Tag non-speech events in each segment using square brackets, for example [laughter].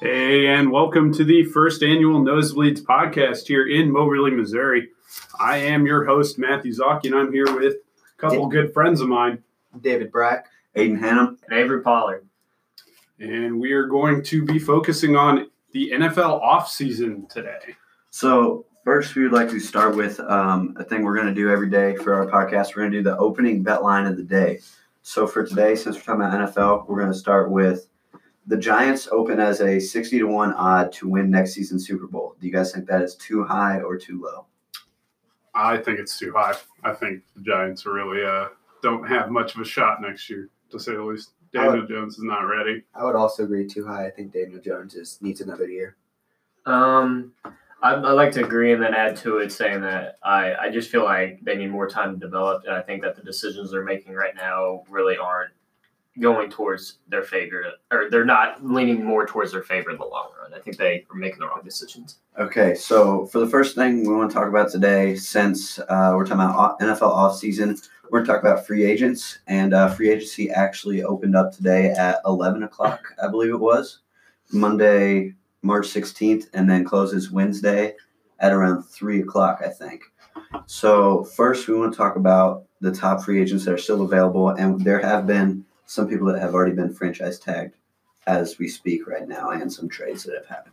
Hey, and welcome to the first annual Nosebleeds podcast here in Moberly, Missouri. I am your host, Matthew Zocchi, and I'm here with a couple good friends of mine. David Brack. Aiden Hannum. and Avery Pollard. And we are going to be focusing on the NFL offseason today. So first, we would like to start with um, a thing we're going to do every day for our podcast. We're going to do the opening bet line of the day. So for today, since we're talking about NFL, we're going to start with the Giants open as a sixty to one odd to win next season's Super Bowl. Do you guys think that is too high or too low? I think it's too high. I think the Giants are really uh, don't have much of a shot next year, to say the least. Daniel Jones is not ready. I would also agree too high. I think Daniel Jones is, needs another year. Um, I'd, I'd like to agree and then add to it saying that I, I just feel like they need more time to develop. And I think that the decisions they're making right now really aren't going towards their favor, or they're not leaning more towards their favor in the long run. I think they are making the wrong decisions. Okay, so for the first thing we want to talk about today, since uh, we're talking about off- NFL offseason, we're going to talk about free agents. And uh, free agency actually opened up today at 11 o'clock, I believe it was, Monday, March 16th, and then closes Wednesday at around 3 o'clock, I think. So, first, we want to talk about the top free agents that are still available. And there have been some people that have already been franchise tagged as we speak right now, and some trades that have happened.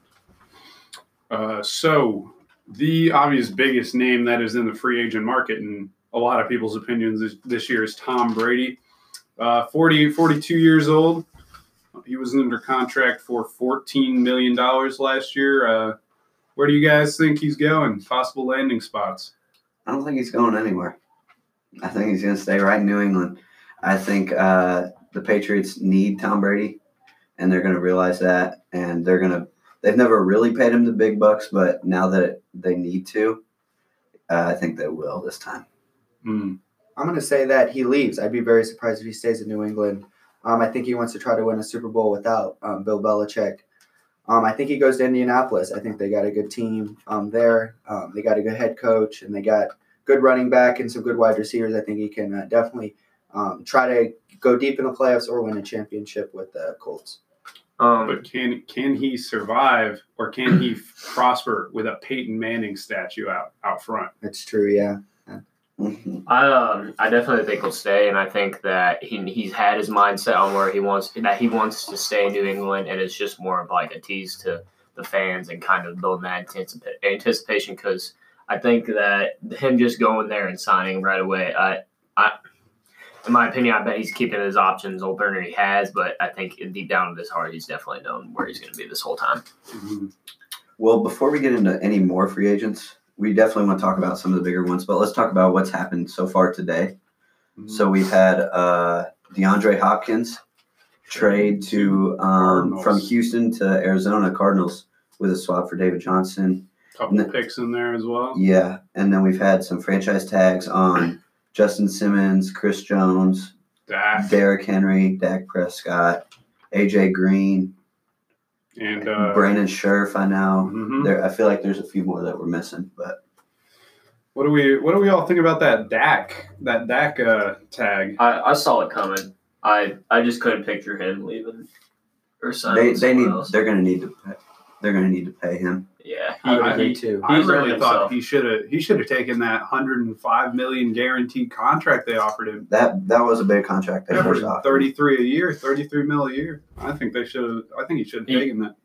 Uh, so the obvious biggest name that is in the free agent market and a lot of people's opinions this, this year is Tom Brady. Uh, 40, 42 years old. He was under contract for $14 million last year. Uh, where do you guys think he's going? Possible landing spots. I don't think he's going anywhere. I think he's going to stay right in New England. I think uh, the Patriots need Tom Brady, and they're going to realize that, and they're going to. They've never really paid him the big bucks, but now that they need to, uh, I think they will this time. [laughs] Hmm. I'm going to say that he leaves. I'd be very surprised if he stays in New England. Um, I think he wants to try to win a Super Bowl without um, Bill Belichick. Um, I think he goes to Indianapolis. I think they got a good team um, there. Um, they got a good head coach and they got good running back and some good wide receivers. I think he can uh, definitely um, try to go deep in the playoffs or win a championship with the Colts. Um, But can can he survive or can [clears throat] he prosper with a Peyton Manning statue out out front? That's true, yeah. Mhm. I um, I definitely think he'll stay, and I think that he he's had his mindset on where he wants that he wants to stay in New England, and it's just more of like a tease to the fans and kind of building that anticipa- anticipation because I think that him just going there and signing right away, I I. In my opinion, I bet he's keeping his options open, or he has. But I think deep down in his heart, he's definitely known where he's going to be this whole time. Hmm. Well, before we get into any more free agents, we definitely want to talk about some of the bigger ones, but let's talk about what's happened so far today. Hmm. So we've had uh, DeAndre Hopkins trade to um, from Cardinals. Houston to Arizona Cardinals with a swap for David Johnson. couple picks in there as well. Yeah, and then we've had some franchise tags on Justin Simmons, Chris Jones, Dak Derrick Henry, Dak Prescott, AJ Green, and uh, Brandon Scherf. I know mhm. there. I feel like there's a few more that we're missing, but What do we What do we all think about that Dak that Dak uh, tag? I, I saw it coming. I I just couldn't picture him leaving or signing. they with they someone need else. they're gonna need to pay, they're gonna need to pay him. Yeah, I would I- agree too. He I really read thought himself. he should have he should have taken that hundred and five million guaranteed contract they offered him. That that was a big contract they That was first offered. thirty three a year, thirty three mil a year. I think they should have. I think he should have He- taken that.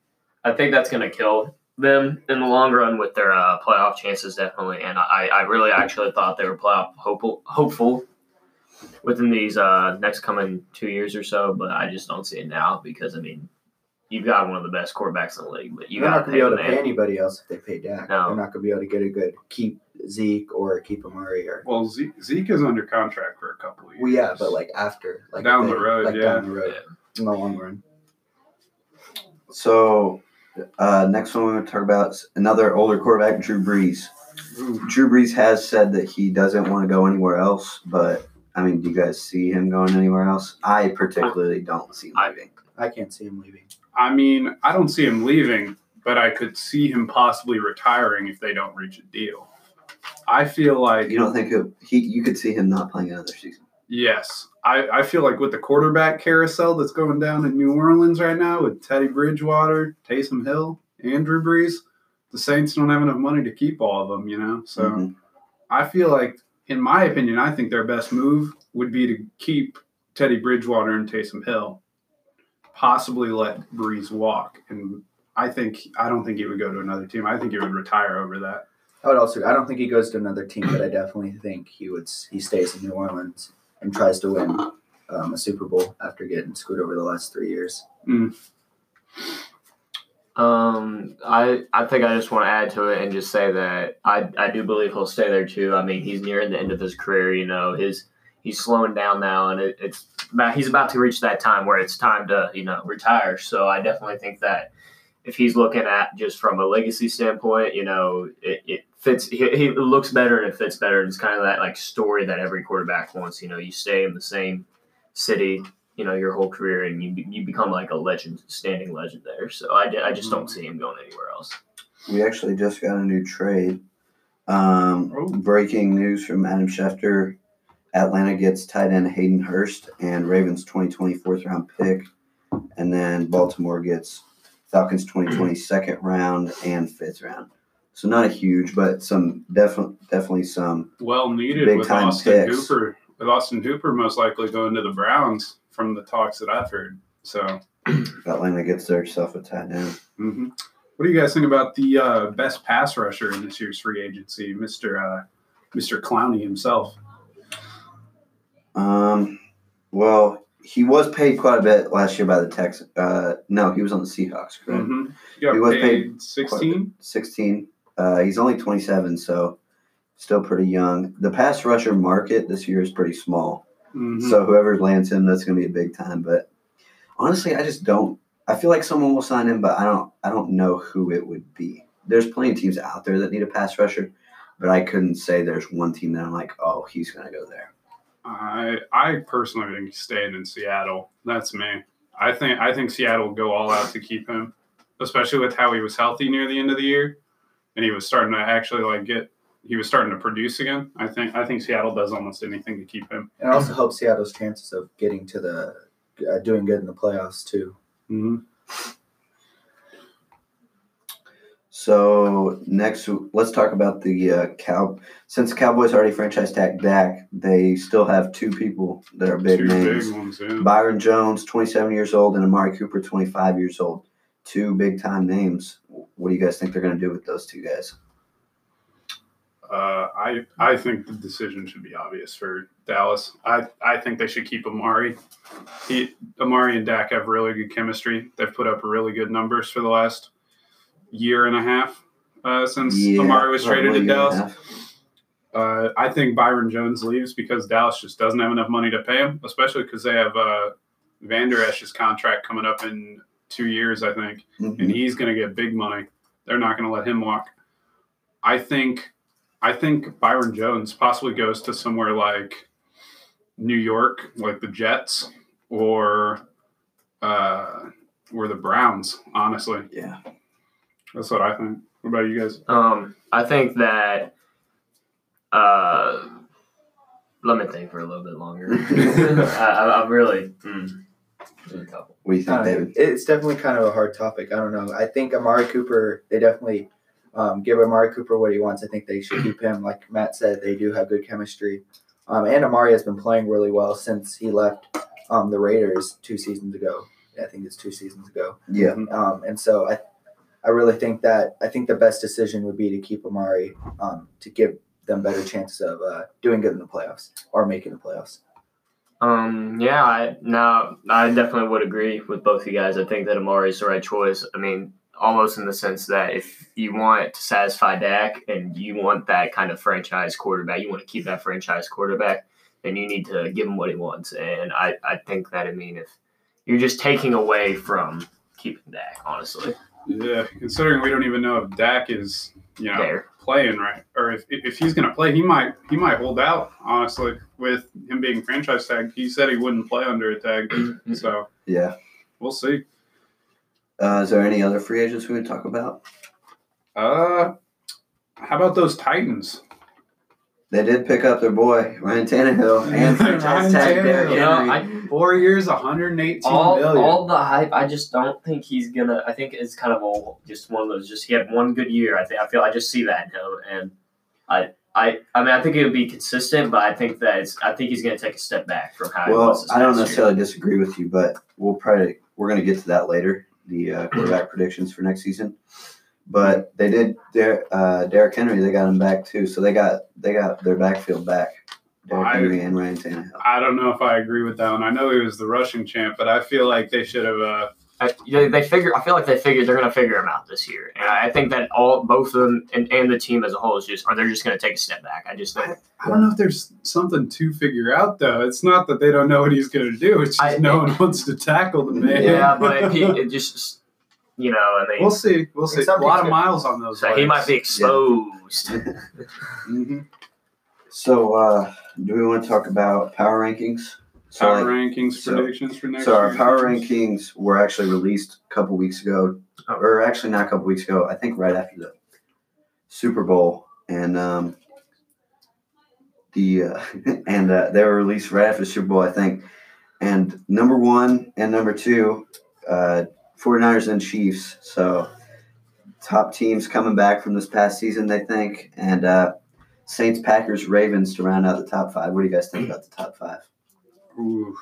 I think that's going to kill them in the long run with their uh, playoff chances, definitely. And I, I really actually thought they were playoff hopeful, hopeful within these uh, next coming two years or so, but I just don't see it now because, I mean, you've got one of the best quarterbacks in the league, but you They're got not to going to pay be able to pay the man. anybody else if they pay Dak. No. They're not going to be able to get a good keep Zeke or keep Amari or. Well, Zeke, Zeke is under contract for a couple of years. Well, yeah, but like after, like Down if the road, like yeah. down the road, in the long run. So, uh, next one we want to talk about is another older quarterback, Drew Brees. Ooh, Drew Brees has said that he doesn't want to go anywhere else, but I mean, do you guys see him going anywhere else? I particularly don't see him I- leaving. I can't see him leaving. I mean, I don't see him leaving, but I could see him possibly retiring if they don't reach a deal. I feel like You don't think he'll, he? You could see him not playing another season. Yes. I, I feel like with the quarterback carousel that's going down in New Orleans right now with Teddy Bridgewater, Taysom Hill, Andrew Brees, the Saints don't have enough money to keep all of them, you know? So Mhm. I feel like, in my opinion, I think their best move would be to keep Teddy Bridgewater and Taysom Hill, possibly let Brees walk. And I think, I don't think he would go to another team. I think he would retire over that. I would also. I don't think he goes to another team, but I definitely think he would. s- He stays in New Orleans and tries to win um, a Super Bowl after getting screwed over the last three years. Um, I I think I just want to add to it and just say that I I do believe he'll stay there too. I mean, he's nearing the end of his career. You know, his he's slowing down now, and it, it's about, he's about to reach that time where it's time to you know retire. So I definitely think that if he's looking at just from a legacy standpoint, you know, it, it fits. He, he looks better and it fits better. And it's kind of that like story that every quarterback wants. You know, you stay in the same city, you know your whole career and you be- you become like a legend, standing legend there. So I, di- I just don't see him going anywhere else. We actually just got a new trade. Um, Oh. breaking news from Adam Schefter: Atlanta gets tight end Hayden Hurst and Ravens 2020 fourth round pick, and then Baltimore gets Falcons 2020 second round and fifth round. So not a huge, but some definitely definitely some Well needed Big with time Austin picks. Hooper. With Austin Hooper most likely going to the Browns from the talks that I've heard. So. Atlanta gets theirself a tight end. hmm What do you guys think about the uh, best pass rusher in this year's free agency, Mister uh, Mister Clowney himself? Um, well, he was paid quite a bit last year by the Tex. Uh, no, he was on the Seahawks, correct? Mm-hmm. You got He was paid, paid sixteen. 16. Uh, he's only 27, so still pretty young. The pass rusher market this year is pretty small. Mhm. So whoever lands him, that's going to be a big time. But honestly, I just don't. I feel like someone will sign him, but I don't. I don't know who it would be. There's plenty of teams out there that need a pass rusher, but I couldn't say there's one team that I'm like, oh, he's going to go there. I I personally think he's staying in Seattle. That's me. I think I think Seattle will go all out to keep him, especially with how he was healthy near the end of the year, and he was starting to actually like get. He was starting to produce again. I think I think Seattle does almost anything to keep him. And it also helps Seattle's chances of getting to the uh, doing good in the playoffs too. Mm-hmm. So next, let's talk about the uh, cow. Since Cowboys already franchise tag Dak, they still have two people that are big Two names: big ones. Yeah. Byron Jones, 27 years old, and Amari Cooper, 25 years old. Two big time names. What do you guys think they're going to do with those two guys? Uh, I I think the decision should be obvious for Dallas. I, I think they should keep Amari. He Amari and Dak have really good chemistry. They've put up really good numbers for the last year and a half uh, since Amari was traded to probably gonna Dallas. have- Uh, I think Byron Jones leaves because Dallas just doesn't have enough money to pay him, especially because they have uh, Van Der Esch's contract coming up in two years, I think and Mhm. he's going to get big money. They're not going to let him walk. I think, I think Byron Jones possibly goes to somewhere like New York, like the Jets, or uh, or the Browns. Honestly, Yeah, that's what I think. What about you guys? Um, I think that. Uh, let me think for a little bit longer. [laughs] I, I, I'm really. Mm, there's a couple. what do you I think, don't know. David? It's definitely kind of a hard topic. I don't know. I think Amari Cooper. They definitely um, give Amari Cooper what he wants. I think they should keep him. Like Matt said, they do have good chemistry. Um, and Amari has been playing really well since he left um, the Raiders two seasons ago. I think it's two seasons ago. Yeah, Um, and so I, I really think that I think the best decision would be to keep Amari um, to give them better chances of uh, doing good in the playoffs or making the playoffs. Um, yeah, I, no, I definitely would agree with both you guys. I think that Amari is the right choice. I mean, almost in the sense that if you want to satisfy Dak and you want that kind of franchise quarterback, you want to keep that franchise quarterback, then you need to give him what he wants. And I, I think that, I mean, if you're just taking away from keeping Dak, honestly. Yeah, considering we don't even know if Dak is you know, there. playing right, or if, if he's going to play, he might he might hold out. Honestly, with him being franchise tag, he said he wouldn't play under a tag, Mm-hmm. so Yeah. we'll see. Uh, is there any other free agents we would talk about? Uh, how about those Titans? They did pick up their boy Ryan [laughs] Tannehill and Ryan franchise tag Derrick Tannehill. You Henry. know, I, Four years, one hundred eighteen all, million. all the hype. I just don't think he's gonna. I think it's kind of a just one of those. Just he had one good year. I think I feel I just see that in him, and I I I mean I think it would be consistent, but I think that it's I think he's gonna take a step back from how he was. well, This I don't past year. necessarily disagree with you, but we'll probably we're going to get to that later. The uh, quarterback predictions for next season, but they did Der uh, Derrick Henry. They got him back too, so they got they got their backfield back. Derrick I- Henry and Ryan Tannehill. I don't know if I agree with that one. I know he was the rushing champ, but I feel like they should have. Uh, I, they, they figure. I feel like they figured they're going to figure him out this year, and I I think that all both of them and, and the team as a whole is just are they're just going to take a step back. I just think I don't know if there's something to figure out though. It's not that they don't know what he's going to do. It's just I- no one wants to tackle the man. yeah, but he, it just you know, and [laughs] they we'll see. We'll see. A Something's lot of good. miles on those. so he legs. might be exposed. Mhm. [laughs] So, uh, do we want to talk about power rankings? So, Power like, rankings so- predictions for next so our year. power rankings were actually released a couple weeks ago, Oh. or actually not a couple weeks ago. I think right after the Super Bowl, and um, the uh, [laughs] and uh, they were released right after the Super Bowl, I think. And number one and number two, uh, 49ers and Chiefs. So top teams coming back from this past season, they think, and uh, Saints, Packers, Ravens to round out the top five. What do you guys think about the top five? Ooh,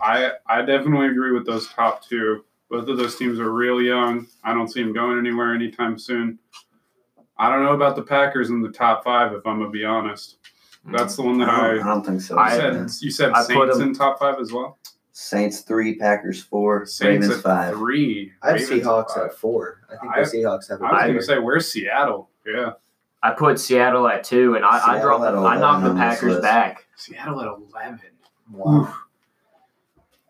I I definitely agree with those top two. Both of those teams are real young. I don't see them going anywhere anytime soon. I don't know about the Packers in the top five. If I'm gonna be honest, that's the one that I I. don't, I don't think so. You I- said you said I put Saints them- in top five as well. Saints three, Packers four, Saints Ravens at five. three. I have Ravens Seahawks five. at four. I think I- the Seahawks have. I was I- gonna say where's Seattle? Yeah, I put Seattle at two, and I, I Seattle dropped. at The, I 11 knocked the on this Packers list. back. Seattle at eleven. wow.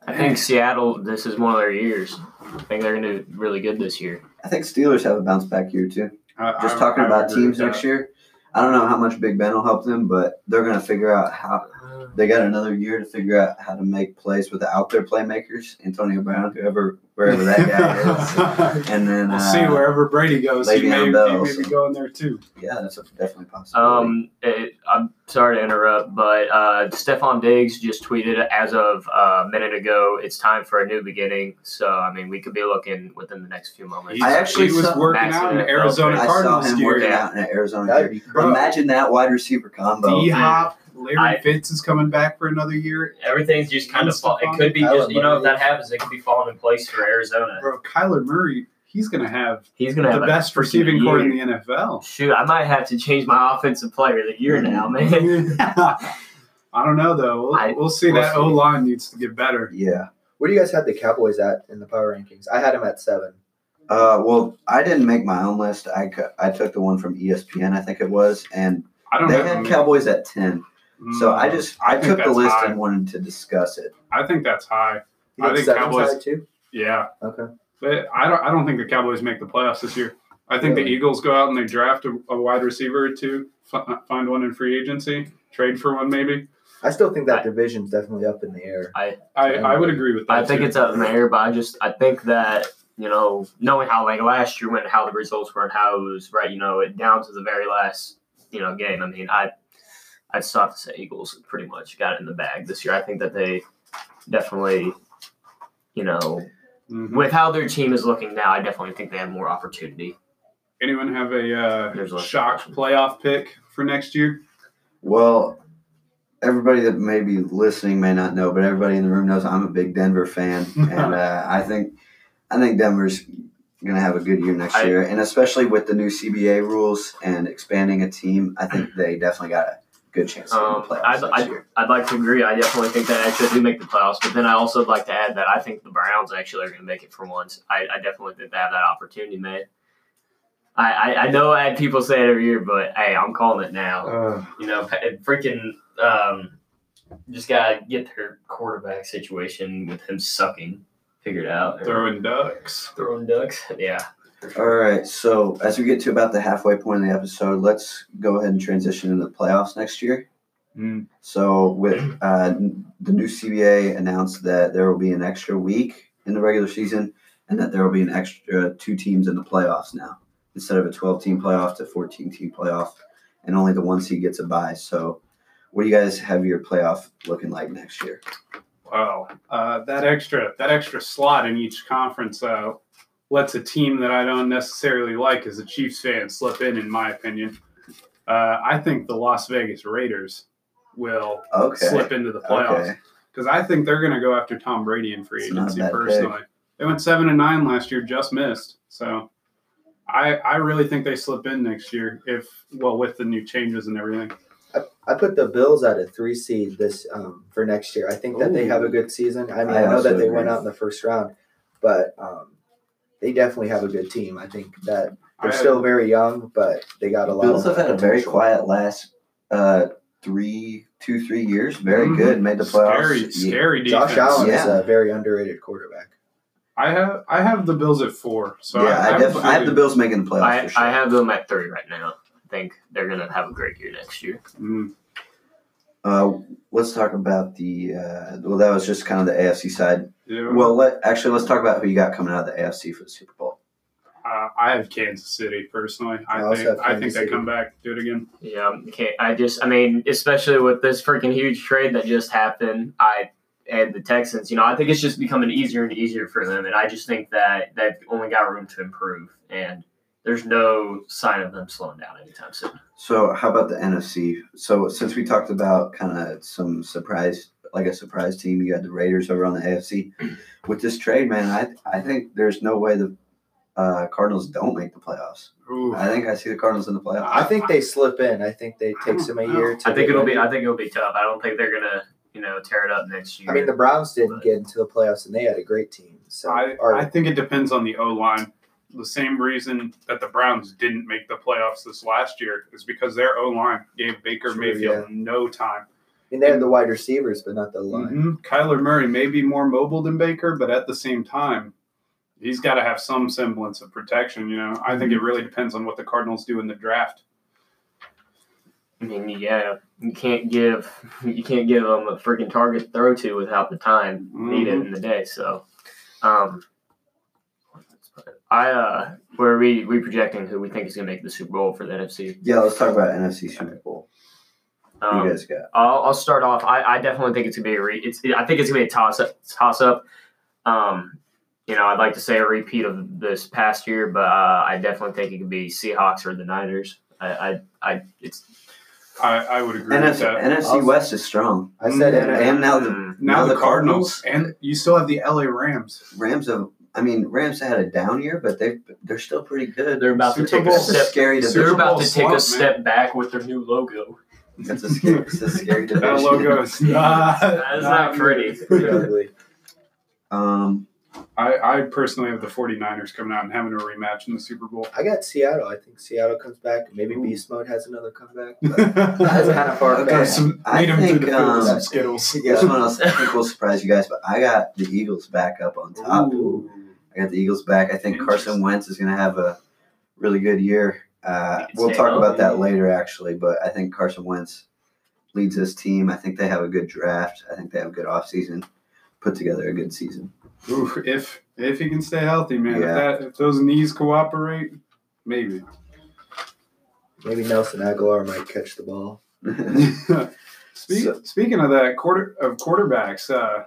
I think Seattle. This is one of their years. I think they're going to do really good this year. I think Steelers have a bounce back year too. I- Just I- talking I about agree with teams next year, I don't know how much Big Ben will help them, but they're going to figure out how. They got another year to figure out how to make plays without their playmakers, Antonio Brown, whoever, wherever that [laughs] guy is, and then We'll see uh, wherever Brady goes. He Le'Veon may, he Bell, may be so- going there too. Yeah, that's a, definitely possible. Um, it, I'm sorry to interrupt, but uh, Stefan Diggs just tweeted as of uh, a minute ago, it's time for a new beginning. So, I mean, we could be looking within the next few moments. He's- I actually he was saw- working Max out in NFL Arizona player. I saw Cardinals him gear. working yeah. out in Arizona. That'd Here. be crazy. Imagine that wide receiver combo. D Hop, Larry I- Fitz is coming back for another year. Everything's just kind of fall. It could be Kyler just, you know, if Murray. that happens, it could be falling in place for Arizona. Bro, Kyler Murray, he's gonna have He's going to the have a best freaking receiving year. core in the [laughs] NFL. Shoot, I might have to change my offensive player of the year now, Mm-hmm. [laughs] man. [laughs] I don't know though. We'll, I- we'll see. we'll that see. O line needs to get better. Yeah. Where do you guys have the Cowboys at in the power rankings? I had them at seven. Uh, well, I didn't make my own list. I, cu- I took the one from E ESPN, I think it was, and I don't they know. had Cowboys at ten. So I just I, Hmm. think took the that's list high. and wanted to discuss it. I think that's high. You I got think seven Cowboys- side too. Yeah, Okay. but I don't. I don't think the Cowboys make the playoffs this year. I think the Really? Eagles go out and they draft a, a wide receiver or two, fi- find one in free agency, trade for one maybe. I still think I- that division's definitely up in the air. I, I would agree with that. I think too. it's up in the air, but I just I think that you know knowing how like last year went, how the results were, and how it was right, you know, it down to the very last you know game. I mean, I I just have to say Eagles pretty much got it in the bag this year. I think that they definitely. You know, Mhm. with how their team is looking now, I definitely think they have more opportunity. Anyone have There's a uh, lots of shock questions. playoff pick for next year? Well, everybody that may be listening may not know, but everybody in the room knows I'm a big Denver [laughs] fan, and uh, I think I think Denver's gonna have a good year next I- year, and especially with the new CBA rules and expanding a team, I [clears throat] think they definitely got a good chance to Um, play I'd- next I'd- year. I'd like to agree. I definitely think that actually do make the playoffs, but then I also would like to add that I think the Browns actually are going to make it for once. I, I definitely think they have that opportunity, man. I, I, I know I had people say it every year, but hey, I'm calling it now. Uh, Oh. You know, pa- freaking um, just gotta get their quarterback situation with him sucking figured out. Throwing ducks. Throwing ducks, [laughs] yeah. All right. So as we get to about the halfway point of the episode, let's go ahead and transition into the playoffs next year. Mm. So with uh, the new CBA announced that there will be an extra week in the regular season, and that there will be an extra two teams in the playoffs now instead of a 12-team playoff to 14-team playoff, and only the one seed gets a bye. So what do you guys have your playoff looking like next year? Wow, uh, that extra that extra slot in each conference uh, lets a team that I don't necessarily like as a Chiefs fan slip in, in my opinion. Uh, I think the Las Vegas Raiders will Okay. slip into the playoffs Okay. because I think they're going to go after Tom Brady in free It's not a agency bad pick. personally. They went seven and nine last year, just missed. So I I really think they slip in next year if well with the new changes and everything. I put the Bills at a three seed this um, for next year. I think that they have a good season. I mean, I I, know also that they agree. went out in the first round, but um, they definitely have a good team. I think that I, they're still very young, but they got a lot. Bills of have had a very potential. quiet last uh, three, two, three years. Very Mhm. good. Made the playoffs. scary, Yeah. scary defense. Josh Allen Yeah. is a very underrated quarterback. I have I have the Bills at four. So yeah, I, have a def- I have the feeling- Bills making the playoffs I, for sure. I have them at three right now. I think they're gonna have a great year next year. Mm. uh, let's talk about the. Uh, well, that was just kind of the AFC side. Yeah. Well, let, actually, let's talk about who you got coming out of the AFC for the Super Bowl. Uh, I have Kansas City personally. I I, also think have I think Kansas they City. come back, do it again. Yeah, um, can't, I just, I mean, especially with this freaking huge trade that just happened, I and the Texans, you know, I think it's just becoming easier and easier for them, and I just think that they've only got room to improve, and there's no sign of them slowing down anytime soon. So, how about the NFC? So, since we talked about kind of some surprise, like a surprise team, you got the Raiders over on the AFC. With this trade, man, I I think there's no way the uh, Cardinals don't make the playoffs. Ooh. I think I see the Cardinals in the playoffs. I think they slip in. I think they I takes them a don't year. know. To I think get it'll be, ready. I think it'll be tough. I don't think they're gonna, you know, tear it up next year. I mean, the Browns didn't get into the playoffs, and they had a great team. So, I, or- I think it depends on the O line. The same reason that the Browns didn't make the playoffs this last year is because their O line gave Baker True, Mayfield no time. I mean, they had the wide receivers, but not the line. Mm-hmm. Mhm. Kyler Murray may be more mobile than Baker, but at the same time, he's got to have some semblance of protection. You know, I Mm-hmm. think it really depends on what the Cardinals do in the draft. I mean, yeah, you can't give, you can't give them a freaking target to throw to without the time needed in the day. So, um, I uh, were we we projecting who we think is gonna make the Super Bowl for the NFC? yeah, let's talk about NFC Super Bowl. Um, you guys got I'll, I'll start off. I, I definitely think it's gonna be a re- it's I think it's gonna be a toss up toss up. Um, you know, I'd like to say a repeat of this past year, but uh, I definitely think it could be Seahawks or the Niners. I I, I it's I, I would agree with NFC, that. NFC West is strong, I said Mm, it. and now the Mm. Now, the Cardinals, and you still have the LA Rams. [laughs] Rams have. I mean, Rams had a down year, but they they're still pretty good. they're about Super to take Bowl. a That's a step. scary Super They're division. about Bowl to take slump, man. a step back with their new logo. That's a scary, it's a scary division. That logo [laughs] is not. That's not pretty. Pretty ugly. Um, I, I personally have the 49ers coming out and having a rematch in the Super Bowl. I got Seattle. I think Seattle comes back. Maybe Beast Mode has another comeback. But [laughs] that's That's [laughs] kind of far Okay. fetched. some, I lead 'em think, through the field with um, some Skittles. yeah, someone else I [laughs] think will surprise you guys, but I got the Eagles back up on top. Ooh. I got the Eagles back. I think Carson Interesting. Wentz is going to have a really good year. Uh, He can we'll stay talk about that healthy. later, actually, but I think Carson Wentz leads this team. I think they have a good draft. I think they have a good offseason, put together a good season. [laughs] Ooh, if if he can stay healthy, man. Yeah. If, that, if those knees cooperate, maybe. Maybe Nelson Aguilar might catch the ball. Speak, So- speaking of that quarter of quarterbacks, uh,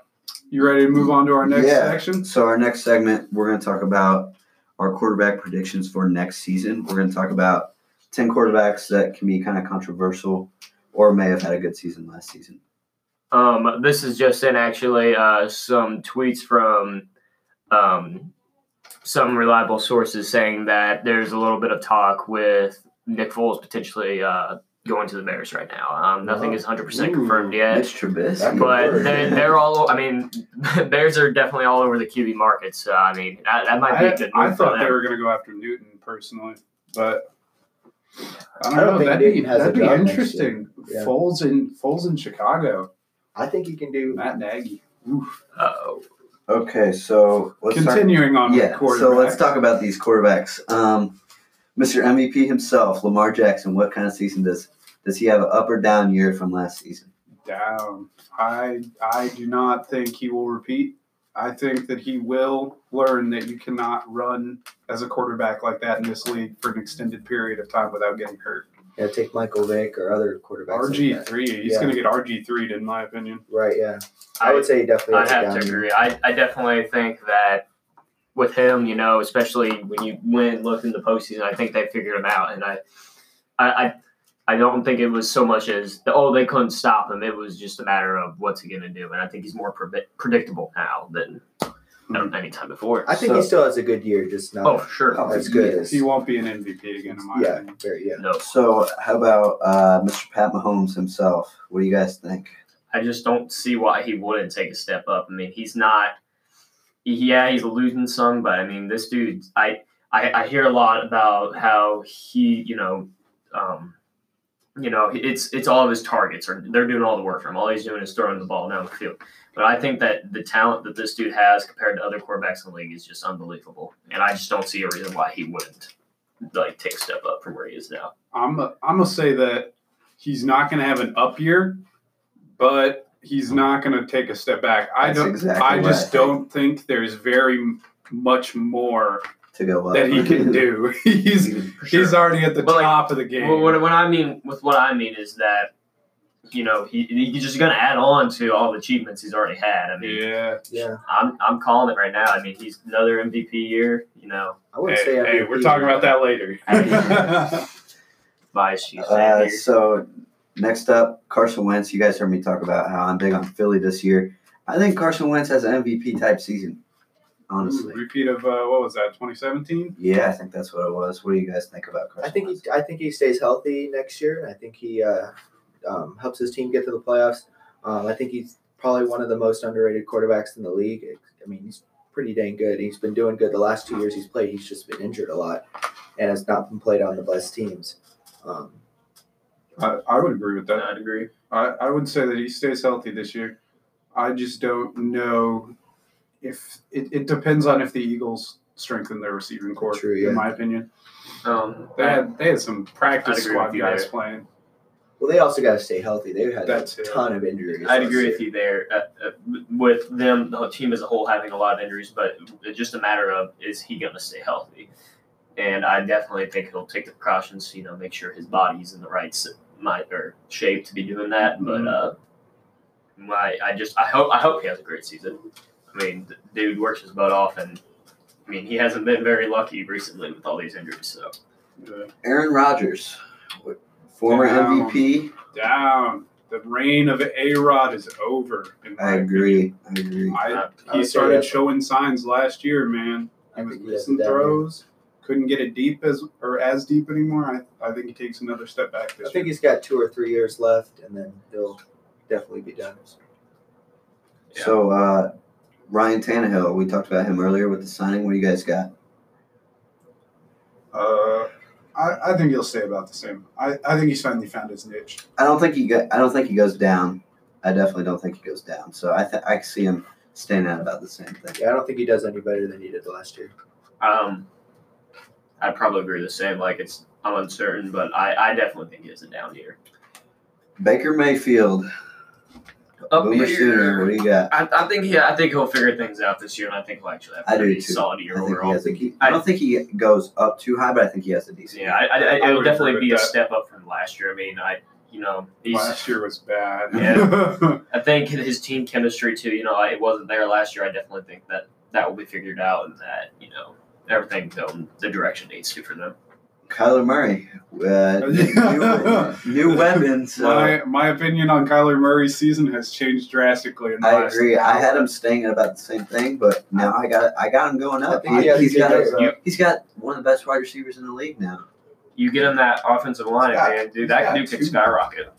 you ready to move on to our next Yeah. section? so, our next segment, we're going to talk about our quarterback predictions for next season. We're going to talk about 10 quarterbacks that can be kind of controversial or may have had a good season last season. Um, this is just in actually uh, some tweets from um, some reliable sources saying that there's a little bit of talk with Nick Foles potentially uh, going to the Bears right now. Um, nothing is 100% confirmed Ooh. yet, Mitch Trubisky. That could but work. they're, they're all. I mean, [laughs] Bears are definitely all over the QB market. So I mean, that, that might be a I, good I move for thought them. they were going to go after Newton personally, but I don't, I don't know. think that'd be, Newton has a that'd be job next interesting. year. Yeah. Foles in Foles in Chicago. I think he can do. Matt Nagy. Oof. Uh-oh. Okay, so let's start- Continuing on with yeah, quarterback. so let's talk about these quarterbacks. Um, Mr. MVP himself, Lamar Jackson. What kind of season does does he have? An up or down year from last season? down. I I do not think he will repeat. I think that he will learn that you cannot run as a quarterback like that in this league for an extended period of time without getting hurt. Yeah, take Michael Vick or other quarterbacks. like RG that. three, he's Yeah. going to get RG three, in my opinion. Right, yeah. I I would say he definitely I has a have to down year. agree. I, I definitely think that with him, you know, especially when you went and looked in the postseason, I think they figured him out. And I, I, I, I don't think it was so much as oh they couldn't stop him. It was just a matter of what's he going to do. And I think he's more pre- predictable now than Hmm. any time before. I think So- he still has a good year, just not oh, for sure. Oh, as good yeah. as He won't be an MVP again, in my yeah, opinion. very, yeah. No, So how about uh, Mr. Pat Mahomes himself? What do you guys think? I just don't see why he wouldn't take a step up. I mean, he's not. Yeah, he's losing some, but I mean, this dude. I I, I hear a lot about how he, you know, um, you know, it's it's all of his targets are they're doing all the work for him. All he's doing is throwing the ball down the field. But I think that the talent that this dude has compared to other quarterbacks in the league is just unbelievable, and I just don't see a reason why he wouldn't like take a step up from where he is now. I'm I'm gonna say that he's not going to have an up year, but he's not going to take a step back. I That's don't. exactly I what just think don't think there's very m- much more to go up that he [laughs] can do. [laughs] he's For sure. he's already at the But, like, top of the game. Well, what, what I mean with what I mean is that you know he, he's just going to add on to all the achievements he's already had. I mean, yeah. Yeah. I'm I'm calling it right now. I mean, he's another MVP year. You know, I Hey, wouldn't say hey, MVP. we're talking about that later. by she's Uh, so next up, Carson Wentz. You guys heard me talk about how I'm big on Philly this year. I think Carson Wentz has an MVP type season. Honestly, [laughs] Repeat of uh, what was that? 2017. yeah, I think that's what it was. What do you guys think about Carson? I think Wentz? he, I think he stays healthy next year, and I think he uh, um, helps his team get to the playoffs. Um, I think he's probably one of the most underrated quarterbacks in the league. I mean, he's pretty dang good. He's been doing good the last two years he's played. He's just been injured a lot, and has not been played on the best teams. Um, I, I would agree with that. I'd agree. I, I would say that he stays healthy this year. I just don't know if it, it depends on if the Eagles strengthen their receiving core. True, yeah. In my opinion, Um, they had they had some practice I'd agree squad with you guys there. playing. well, they also got to stay healthy. They've had a That's it. ton of injuries. I'd agree with you there. Uh, uh, with them, the whole team as a whole having a lot of injuries, but it's just a matter of is he going to stay healthy? And I definitely think he'll take the precautions, you know, make sure his body's in the right s- my, or shape to be doing that. But uh, my, I just I hope I hope he has a great season. I mean, the dude works his butt off, and I mean he hasn't been very lucky recently with all these injuries. So Uh, Aaron Rodgers, former Down. MVP. Down. The reign of A Rod is over. in my I agree. I agree. opinion. uh, I, he would say started that's- showing signs last year, man. He I was think he has a missing down year. throws. Couldn't get it deep as or as deep anymore. I, I think he takes another step back this I year. think he's got two or three years left, and then he'll definitely be done. Yeah. So uh, Ryan Tannehill, we talked about him earlier with the signing. What do you guys got? Uh, I, I think he'll stay about the same. I, I think he's finally found his niche. I don't think he go, I don't think he goes down. I definitely don't think he goes down. So I th- I see him staying at about the same thing. Yeah, I don't think he does any better than he did last year. Um, I probably agree the same. Like it's I'm uncertain, but I, I definitely think it's a down year. Baker Mayfield, Boomer Sooner, what do you got? I, I think he, I think he'll figure things out this year, and I think he'll actually have I a do pretty too. solid I year think he overall. has a, he, I don't think he goes up too high, but I think he has a decent. Yeah, I, I, I, I it'll would definitely agree be a with that. step up from last year. I mean, I you know he's Last year was [laughs] bad. [laughs] I think his team chemistry too. You know, it wasn't there last year. I definitely think that that will be figured out, and that you know everything going the direction it needs to for them. Kyler Murray, [laughs] uh, new, new weapon. So my, my opinion on Kyler Murray's season has changed drastically in the I last agree. I had him staying at about the same thing, but now I got I got him going I up. think he has a he's good got year. a- he's got one of the best wide receivers in the league now. You get him that offensive line, He's got- man, dude. he's That got dude can two- skyrocket.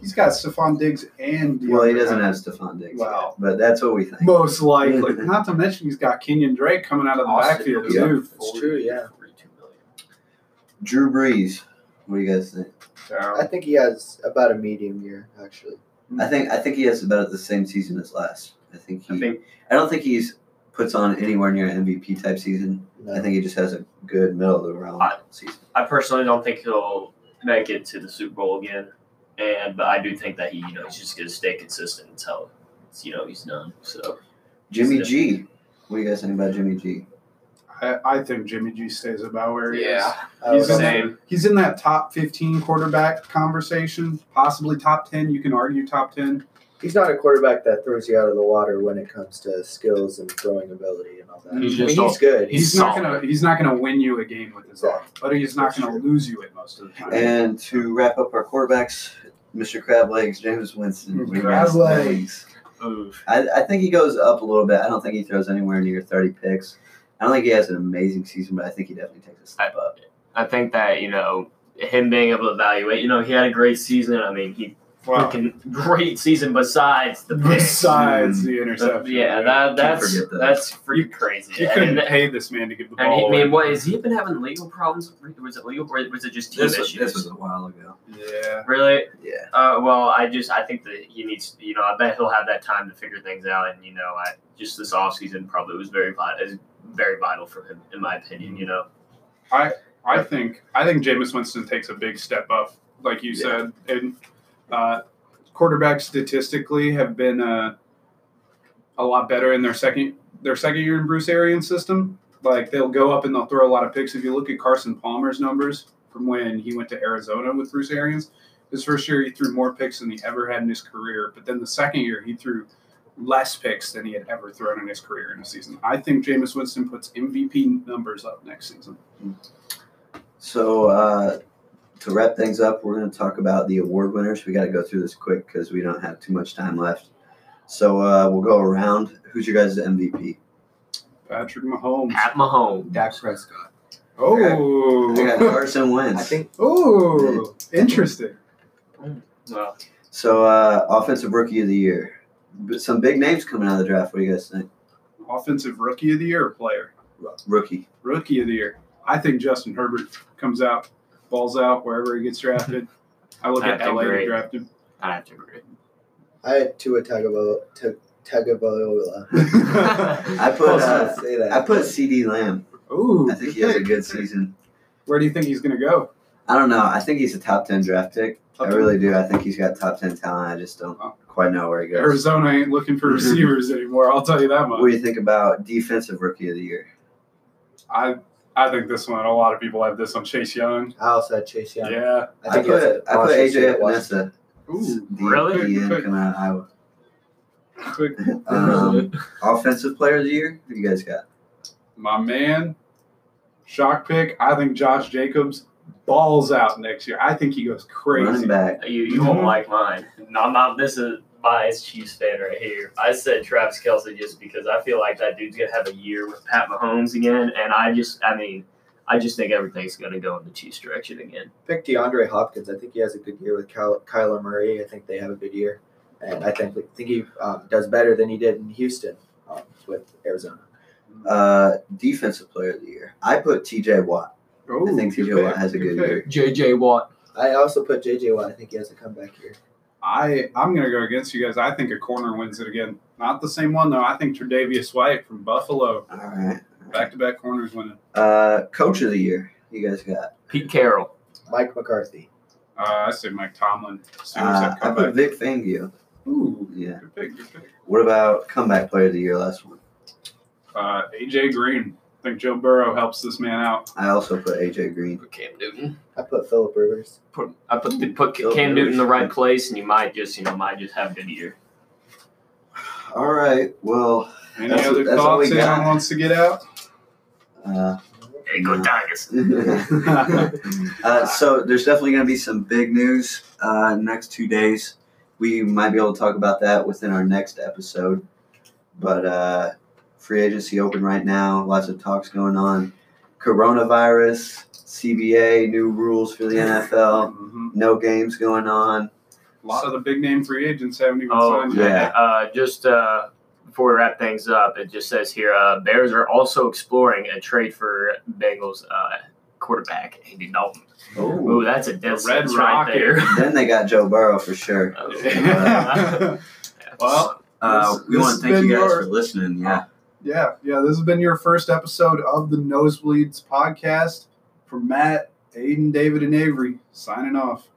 He's got Stephon Diggs and Well, he DeAndre doesn't have Hopkins. Stephon Diggs, Wow. yet, but that's what we think. most likely. Not to mention he's got Kenyon Drake coming out of the Austin, backfield yeah. too. It's true, yeah. 42 million. Drew Brees, what do you guys think? Down. I think he has about a medium year, actually. I think I think he has about the same season as last. I think he. I think I don't think he's puts on anywhere near MVP type season. I think he just has a good middle of the round I- season. I personally don't think he'll make it to the Super Bowl again, and but I do think that he, you know, he's just going to stay consistent until you know he's done. So Jimmy He's G. What do you guys think about Jimmy G? I, I think Jimmy G stays about where he is. I He's would in, also- that, Same. he's in that top 15 quarterback conversation, possibly top 10. You can argue top 10. He's not a quarterback that throws you out of the water when it comes to skills and throwing ability and all that. He's I mean, just he's good. He's, He's not solid. gonna he's not gonna win you a game with his arm, but he's not That's gonna lose you at most of the time. And to wrap up our quarterbacks, Mr. Crab Legs, James Winston. What do you guys Crab think? legs. move. I, I think he goes up a little bit. I don't think he throws anywhere near 30 picks. I don't think he has an amazing season, but I think he definitely takes a step up. I think that you know him being able to evaluate. You know, he had a great season. I mean, he Wow. freaking great season. Besides the picks. Besides the So, interception, yeah, that, that's forget that. that's freaking You- crazy. you and, couldn't pay this man to give the and he, ball. I mean, away. what has he been having legal problems? Was it legal or was it just team This was, issues? this was a while ago. yeah, really? Yeah. Uh, well, I just I think that he needs you know I bet he'll have that time to figure things out and you know I just this offseason probably was very vital is very vital for him in my opinion you know I think I think Jameis Winston takes a big step up, like you Yeah. said, and uh, quarterbacks statistically have been uh, a lot better in their second their second year in Bruce Arians' system. Like they'll go up and they'll throw a lot of picks. If you look at Carson Palmer's numbers from when he went to Arizona with Bruce Arians, his first year he threw more picks than he ever had in his career. But then the second year he threw less picks than he had ever thrown in his career in a season. I think Jameis Winston puts MVP numbers up next season. So uh, to wrap things up, we're going to talk about the award winners. We got to go through this quick because we don't have too much time left. So uh, we'll go around. Who's your guys' MVP? Patrick Mahomes. Pat Mahomes Dak Prescott. Oh, I got Carson Wentz. I think oh, interesting. well So uh, offensive rookie of the year. But some big names coming out of the draft. What do you guys think? Offensive rookie of the year or player, Rookie. rookie of the year. I think Justin Herbert comes out, balls out wherever he gets drafted. I look at I LA to agree. draft [laughs] him. [laughs] I have to agree I had Tua Tagovailoa. Tag- Tagovailoa. I put Close uh, enough to say that. I put C.D. Lamb. Ooh, I think he has a good season. Where do you think he's gonna go? I don't know. I think he's a top ten draft pick. I really do. I think he's got top ten talent. I just don't Oh. quite know where he goes. Arizona ain't looking [laughs] for receivers anymore. I'll tell you that What do much. you think about defensive rookie of the year? I I think this one. A lot of people have this on Chase Young. I also had Chase Young. Yeah. I, put it's I put Washington- AJ Washington. Epinesa. Ooh. The, Really? the end coming out of Iowa. Quick, [laughs] [laughs] Um, offensive player of the year. Who you guys got? my man, shock pick. I think Josh Jacobs balls out next year. I think he goes Running crazy. back. you you won't like mine I'm not this is biased Chiefs fan right here I said Travis Kelsey just because I feel like that dude's gonna have a year with Pat Mahomes again and I just I mean I just think everything's gonna go in the Chiefs direction again Pick DeAndre Hopkins. I think he has a good year with Ky- Kyler Murray. I think they have a good year, and I think think he um, does better than he did in Houston um, with Arizona. Uh, defensive player of the year. I put T.J. Watt. Oh, I think T.J. pick, Watt has a good pick. year. JJ Watt. I also put JJ Watt. I think he has a comeback year. I I'm gonna go against you guys. I think a corner wins it again. Not the same one though. I think Tre'Davious White from Buffalo, All right. back to back corners winning. Uh, coach of the year. You guys got? Pete Carroll Mike McCarthy. Uh, I say Mike Tomlin. As soon as Uh, that I put comeback. Vic Fangio. Ooh, Yeah. good pick, good pick. What about comeback player of the year? Last one. Uh, AJ Green. I think Joe Burrow helps this man out. I also put AJ Green. Cam Newton I put Phillip Rivers. put I put the, put Phil Cam Newton in the Rivers. right place, and you might just you know might just have a good year. All right. Well, Any That's- other that's all we thoughts anyone got. wants to get out? uh, [laughs] Hey, go Yeah. Tigers! uh, so there's definitely going to be some big news uh, next two days. We might be able to talk about that within our next episode. But uh, free agency open right now. Lots of talks going on. Coronavirus, CBA, new rules for the NFL. Mhm. No games going on. A lot of the big name free agents haven't even Oh signed yet. yeah. Uh, just uh, before we wrap things up, it just says here uh, Bears are also exploring a trade for Bengals uh, quarterback Andy Dalton. Ooh, that's a dead The Red sentence right Rocket. there. [laughs] Then they got Joe Burrow for sure. Oh, [laughs] well, Uh, This- we this want has to thank been you guys your- for listening. Yeah. Yeah, yeah. This has been your first episode of the Nosebleeds podcast. From Matt, Aiden, David, and Avery, signing off.